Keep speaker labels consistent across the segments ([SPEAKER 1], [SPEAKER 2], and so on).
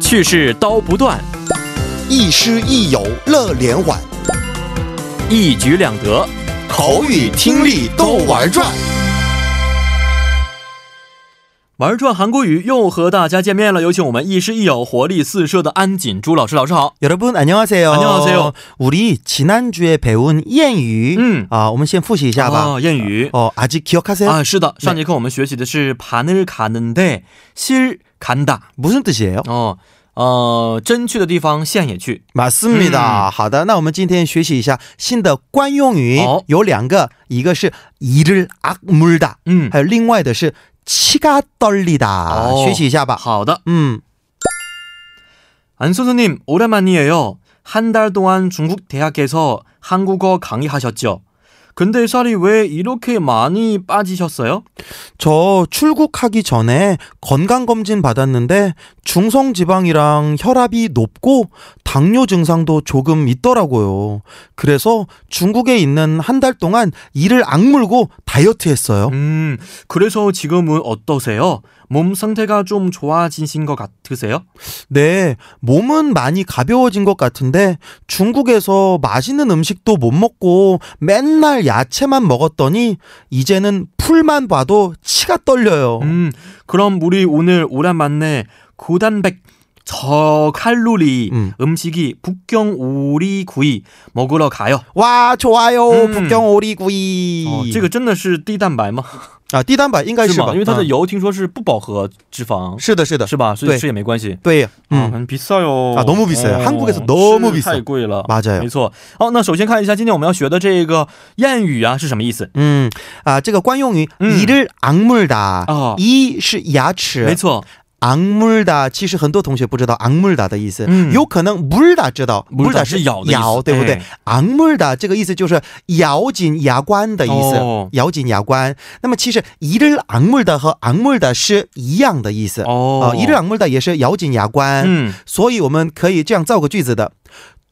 [SPEAKER 1] 去世刀不断，
[SPEAKER 2] 亦师亦友乐连环，
[SPEAKER 1] 一举两得。
[SPEAKER 2] 口语听力都玩转。
[SPEAKER 1] 玩转韩国语又和大家见面了，有请我们亦师亦友、活力四射的安锦珠老师。老师好，
[SPEAKER 3] 여러분 안녕하세요.
[SPEAKER 1] 안녕하세요.
[SPEAKER 3] 우리 지난주에 배운谚语
[SPEAKER 1] 음.
[SPEAKER 3] 아, 我们先复习一下吧.
[SPEAKER 1] 啊，谚语
[SPEAKER 3] 어, 아직 기억하세요?
[SPEAKER 1] 啊，是的，上节课我们学习的是盘을가는데실간다
[SPEAKER 3] 무슨 뜻이에요?
[SPEAKER 1] 哦，呃，真去的地方线也去。
[SPEAKER 3] 맞습니다. 好的，那我们今天学习一下新的惯用语，
[SPEAKER 1] 好。
[SPEAKER 3] 有两个，一个是이를 악물다，
[SPEAKER 1] 嗯，
[SPEAKER 3] 还有另外的是치가 떨리다，
[SPEAKER 1] 哦。
[SPEAKER 3] 学习一下吧。嗯
[SPEAKER 1] 好的，
[SPEAKER 3] 음,
[SPEAKER 1] 안 선수님 오랜만이에요. 한 달 동안 중국 대학에서 한국어 강의하셨죠. 근데 살이 왜 이렇게 많이 빠지셨어요?
[SPEAKER 3] 저 출국하기 전에 건강검진 받았는데 중성지방이랑 혈압이 높고 당뇨 증상도 조금 있더라고요. 그래서 중국에 있는 한 달 동안 이를 악물고 다이어트 했어요.
[SPEAKER 1] 음, 그래서 지금은 어떠세요? 몸 상태가 좀 좋아지신 것 같으세요?
[SPEAKER 3] 네, 몸은 많이 가벼워진 것 같은데 중국에서 맛있는 음식도 못 먹고 맨날 야채만 먹었더니 이제는 풀만 봐도 치가 떨려요.
[SPEAKER 1] 음, 그럼 우리 오늘 오랜만에 고단백 저칼로리
[SPEAKER 3] 음.
[SPEAKER 1] 음식이 북경 오리구이 먹으러 가요.
[SPEAKER 3] 와, 좋아요.
[SPEAKER 1] 음.
[SPEAKER 3] 북경 오리구이.
[SPEAKER 1] 어, 这个真的是低蛋白吗？
[SPEAKER 3] 啊，低蛋白应该
[SPEAKER 1] 是
[SPEAKER 3] 是吧？
[SPEAKER 1] 吗？因为它的
[SPEAKER 3] 嗯
[SPEAKER 1] 油听说是不饱和脂肪，
[SPEAKER 3] 是的，是的，
[SPEAKER 1] 是吧？所以
[SPEAKER 3] 对
[SPEAKER 1] 吃也没关系。
[SPEAKER 3] 对，
[SPEAKER 1] 아,
[SPEAKER 3] 嗯，
[SPEAKER 1] 한 비싸요.
[SPEAKER 3] 아, 너무 비싸요. 한국에서
[SPEAKER 1] 어,
[SPEAKER 3] 너무
[SPEAKER 1] 실
[SPEAKER 3] 비싸.
[SPEAKER 1] 太贵了.
[SPEAKER 3] 맞아요.
[SPEAKER 1] 没错。哦，那首先看一下今天我们要学的这个谚语啊是什么意思
[SPEAKER 3] 嗯啊，这个惯用语
[SPEAKER 1] 嗯
[SPEAKER 3] 이를악물다，
[SPEAKER 1] 啊？
[SPEAKER 3] 一是牙
[SPEAKER 1] 没
[SPEAKER 3] 齿，
[SPEAKER 1] 错，
[SPEAKER 3] 昂물다其实很多同学不知道昂물다的意思，
[SPEAKER 1] 嗯
[SPEAKER 3] 有可能물다知道，
[SPEAKER 1] 물다
[SPEAKER 3] 다
[SPEAKER 1] 是咬的意思
[SPEAKER 3] 咬，对不对
[SPEAKER 1] 哎？
[SPEAKER 3] 昂물다这个意思就是咬紧牙关的意思
[SPEAKER 1] 哦，
[SPEAKER 3] 咬紧牙关。那么其实이를악물다和昂물다是一样的意思
[SPEAKER 1] 哦
[SPEAKER 3] 啊，，이를악물다也是咬紧牙关。
[SPEAKER 1] 嗯，
[SPEAKER 3] 所以我们可以这样造个句子的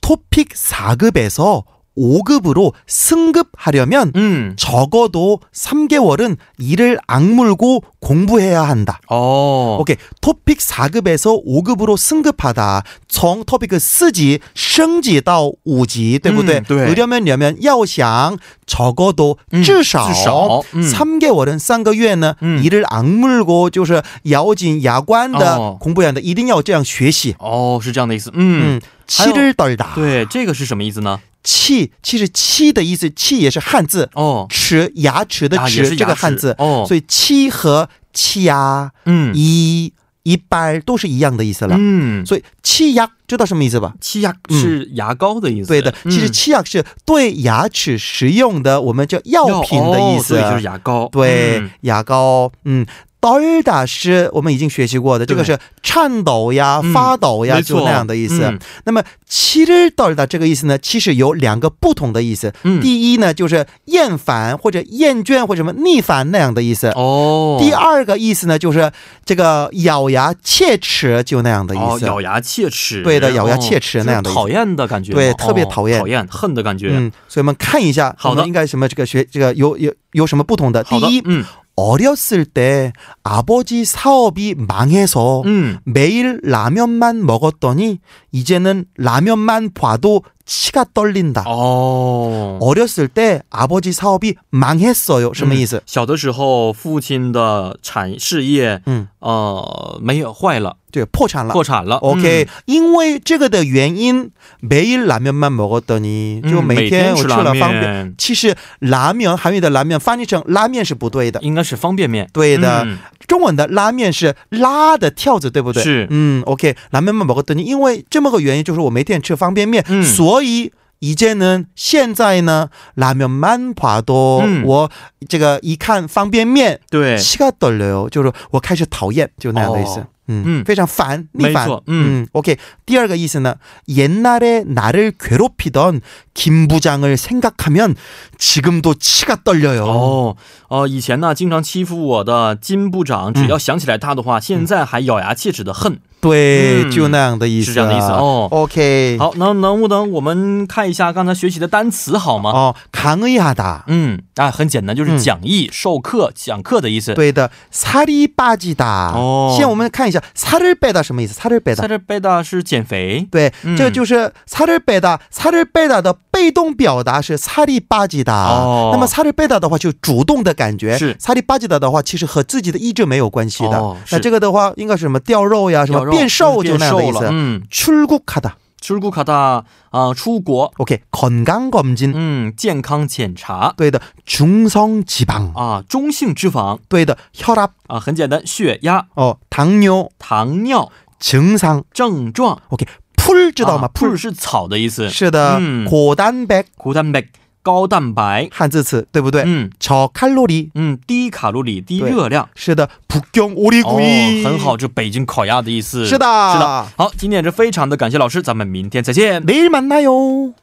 [SPEAKER 3] ：토픽 4급에서 5급으로 승급하려면
[SPEAKER 1] 嗯，
[SPEAKER 3] 적어도 3개월은 이를 악물고 공부해야 한다.
[SPEAKER 1] 哦
[SPEAKER 3] 오케이. 토픽 4급에서 5급으로 승급하다. 정 토픽 4级升级到5级,对不对?
[SPEAKER 1] 嗯，对。
[SPEAKER 3] 그러려면 要想 적어도
[SPEAKER 1] 嗯，
[SPEAKER 3] 至少
[SPEAKER 1] 至少，嗯。
[SPEAKER 3] 3개월은 3个月呢
[SPEAKER 1] 嗯。
[SPEAKER 3] 이를 악물고 就是咬紧牙关的
[SPEAKER 1] 哦。
[SPEAKER 3] 공부해야 한다. 一定要这样学习。
[SPEAKER 1] 哦，是这样的意思。嗯，
[SPEAKER 3] 嗯，气를떨다，，
[SPEAKER 1] 对，这个是什么意思呢？
[SPEAKER 3] 气其实气的意思，气也是汉字，
[SPEAKER 1] 哦，
[SPEAKER 3] 齿牙齿的
[SPEAKER 1] 啊也
[SPEAKER 3] 齿、
[SPEAKER 1] 是
[SPEAKER 3] 这
[SPEAKER 1] 牙
[SPEAKER 3] 个
[SPEAKER 1] 齿
[SPEAKER 3] 汉字，
[SPEAKER 1] 哦
[SPEAKER 3] 所以气和气呀、
[SPEAKER 1] 嗯
[SPEAKER 3] 一一般都是一样的意思了。
[SPEAKER 1] 嗯，
[SPEAKER 3] 所以气牙知道什么意思吧？
[SPEAKER 1] 欺压
[SPEAKER 3] 嗯
[SPEAKER 1] 是牙膏的意思。
[SPEAKER 3] 对的，
[SPEAKER 1] 嗯
[SPEAKER 3] 其实气牙是对牙齿食用的，我们叫药品的意思，
[SPEAKER 1] 哦所以就是牙膏。
[SPEAKER 3] 对、
[SPEAKER 1] 嗯
[SPEAKER 3] 牙膏，嗯。哆尔达是我们已经学习过的，这个是颤抖呀、
[SPEAKER 1] 嗯
[SPEAKER 3] 发抖呀，
[SPEAKER 1] 没
[SPEAKER 3] 就
[SPEAKER 1] 错，
[SPEAKER 3] 那样的意思。
[SPEAKER 1] 嗯
[SPEAKER 3] 那么七日到达这个意思呢，其实有两个不同的意思。
[SPEAKER 1] 嗯
[SPEAKER 3] 第一呢，就是厌烦或者厌倦或者什么逆反那样的意思。
[SPEAKER 1] 哦，
[SPEAKER 3] 第二个意思呢，就是这个咬牙切齿就那样的意
[SPEAKER 1] 哦，
[SPEAKER 3] 思。
[SPEAKER 1] 咬牙切齿，
[SPEAKER 3] 对的咬牙切齿
[SPEAKER 1] 哦
[SPEAKER 3] 那样的
[SPEAKER 1] 就是
[SPEAKER 3] 意思
[SPEAKER 1] 讨厌的感觉嘛，
[SPEAKER 3] 对特别
[SPEAKER 1] 哦
[SPEAKER 3] 讨厌
[SPEAKER 1] 讨厌、恨的感觉。
[SPEAKER 3] 嗯，所以我们看一下，
[SPEAKER 1] 好的
[SPEAKER 3] 我们应该什么这个学这个有有有什么不同的？第
[SPEAKER 1] 好的，
[SPEAKER 3] 一，
[SPEAKER 1] 嗯
[SPEAKER 3] 어렸을 때 아버지 사업이 망해서
[SPEAKER 1] 嗯，
[SPEAKER 3] 매일 라면만 먹었더니 이제는 라면만 봐도 치가 떨린다.
[SPEAKER 1] 哦，
[SPEAKER 3] 어렸을 때 아버지 사업이 망했어요. 什么意思?
[SPEAKER 1] 小的时候父亲的产事业，
[SPEAKER 3] 음.
[SPEAKER 1] 呃，没有坏了，
[SPEAKER 3] 네, 포찬라.
[SPEAKER 1] 破产了。
[SPEAKER 3] 오케이.
[SPEAKER 1] 嗯
[SPEAKER 3] 因为这个的原因 매일 라면만 먹었더니
[SPEAKER 1] 嗯，每天吃拉面。
[SPEAKER 3] 就每天我吃了方便其实拉面韩语的拉面翻译成拉面是不对的
[SPEAKER 1] 应该是方便面。
[SPEAKER 3] 对的
[SPEAKER 1] 嗯
[SPEAKER 3] 中文的拉面是拉的跳子，对不对？
[SPEAKER 1] 是
[SPEAKER 3] 嗯，OK，拉面먹었더니，因为这么个原因，就是我每天吃方便面，
[SPEAKER 1] 嗯
[SPEAKER 3] 所以。이제는现在呢，拉面만봐도、
[SPEAKER 1] 嗯
[SPEAKER 3] 我这个一看方便面，
[SPEAKER 1] 对，
[SPEAKER 3] 气가떨려요，就是我开始讨厌，就那样的意思。
[SPEAKER 1] 네. 哦
[SPEAKER 3] 嗯
[SPEAKER 1] 嗯
[SPEAKER 3] 非常烦，
[SPEAKER 1] 没
[SPEAKER 3] 逆反
[SPEAKER 1] 错。嗯
[SPEAKER 3] ，OK。第二个意思呢，옛날에나를괴롭히던김부장을생각하면지금도치가떨려요。
[SPEAKER 1] 哦，呃，以
[SPEAKER 3] 嗯
[SPEAKER 1] 前呢，经常欺负我的金部长，只要想起来他的话，现在还咬牙切齿的恨。
[SPEAKER 3] 对，
[SPEAKER 1] 嗯
[SPEAKER 3] 就那样的意思、
[SPEAKER 1] 是这样的意思哦。
[SPEAKER 2] OK，
[SPEAKER 1] 好，那能不能我们看一下刚才学习的单词好吗？
[SPEAKER 3] 哦， 어， 강의하다，
[SPEAKER 1] 嗯啊，很简单，就是讲义、授课、讲课的意思。
[SPEAKER 3] 对的，살이빠지다。
[SPEAKER 1] 哦
[SPEAKER 3] 先我们看一下살을빼다什么意思？살을빼
[SPEAKER 1] 사
[SPEAKER 3] 다，
[SPEAKER 1] 를贝达是减肥。
[SPEAKER 3] 对，
[SPEAKER 1] 嗯
[SPEAKER 3] 这个就是살을빼다살을빼다的被动表达是살이빠지다。
[SPEAKER 1] 哦
[SPEAKER 3] 啊那么살을빼다的话，就主动的感觉。
[SPEAKER 1] 是
[SPEAKER 3] 살이빠지다的话，其实和自己的意志没有关系的。
[SPEAKER 1] 哦
[SPEAKER 3] 那
[SPEAKER 1] 是
[SPEAKER 3] 这个的话，应该是什么掉肉呀，什
[SPEAKER 1] 要
[SPEAKER 3] 么
[SPEAKER 1] 肉
[SPEAKER 3] 变瘦就
[SPEAKER 1] 变
[SPEAKER 3] 那样的意
[SPEAKER 1] 瘦了。
[SPEAKER 3] 思。
[SPEAKER 1] 嗯，
[SPEAKER 3] 출국하다，
[SPEAKER 1] 출국하다啊，出国。
[SPEAKER 3] 오케이 건강검진
[SPEAKER 1] 嗯，健康检查
[SPEAKER 3] 对的 중성지방
[SPEAKER 1] 啊，中性脂肪
[SPEAKER 3] 对的 혈압
[SPEAKER 1] 啊，很简单，血压、
[SPEAKER 3] 어 당뇨
[SPEAKER 1] 糖尿
[SPEAKER 3] 증상
[SPEAKER 1] 症状。
[SPEAKER 3] 오케이 풀知道吗
[SPEAKER 1] 啊풀是嗯草的意思，
[SPEAKER 3] 是的
[SPEAKER 1] 음.
[SPEAKER 3] 고단백
[SPEAKER 1] 高蛋白、高蛋白。
[SPEAKER 3] 한字词 对不对
[SPEAKER 1] 음.
[SPEAKER 3] 저칼로리
[SPEAKER 1] 嗯，低卡路里、低
[SPEAKER 3] 对
[SPEAKER 1] 热量。哦
[SPEAKER 3] 是的 북경 오리구이
[SPEAKER 1] 很好，这北京烤鸭的意思。
[SPEAKER 3] 是的
[SPEAKER 1] 是的。好，今天也是非常的感谢老师，咱们明天再见。
[SPEAKER 3] 내일 만나요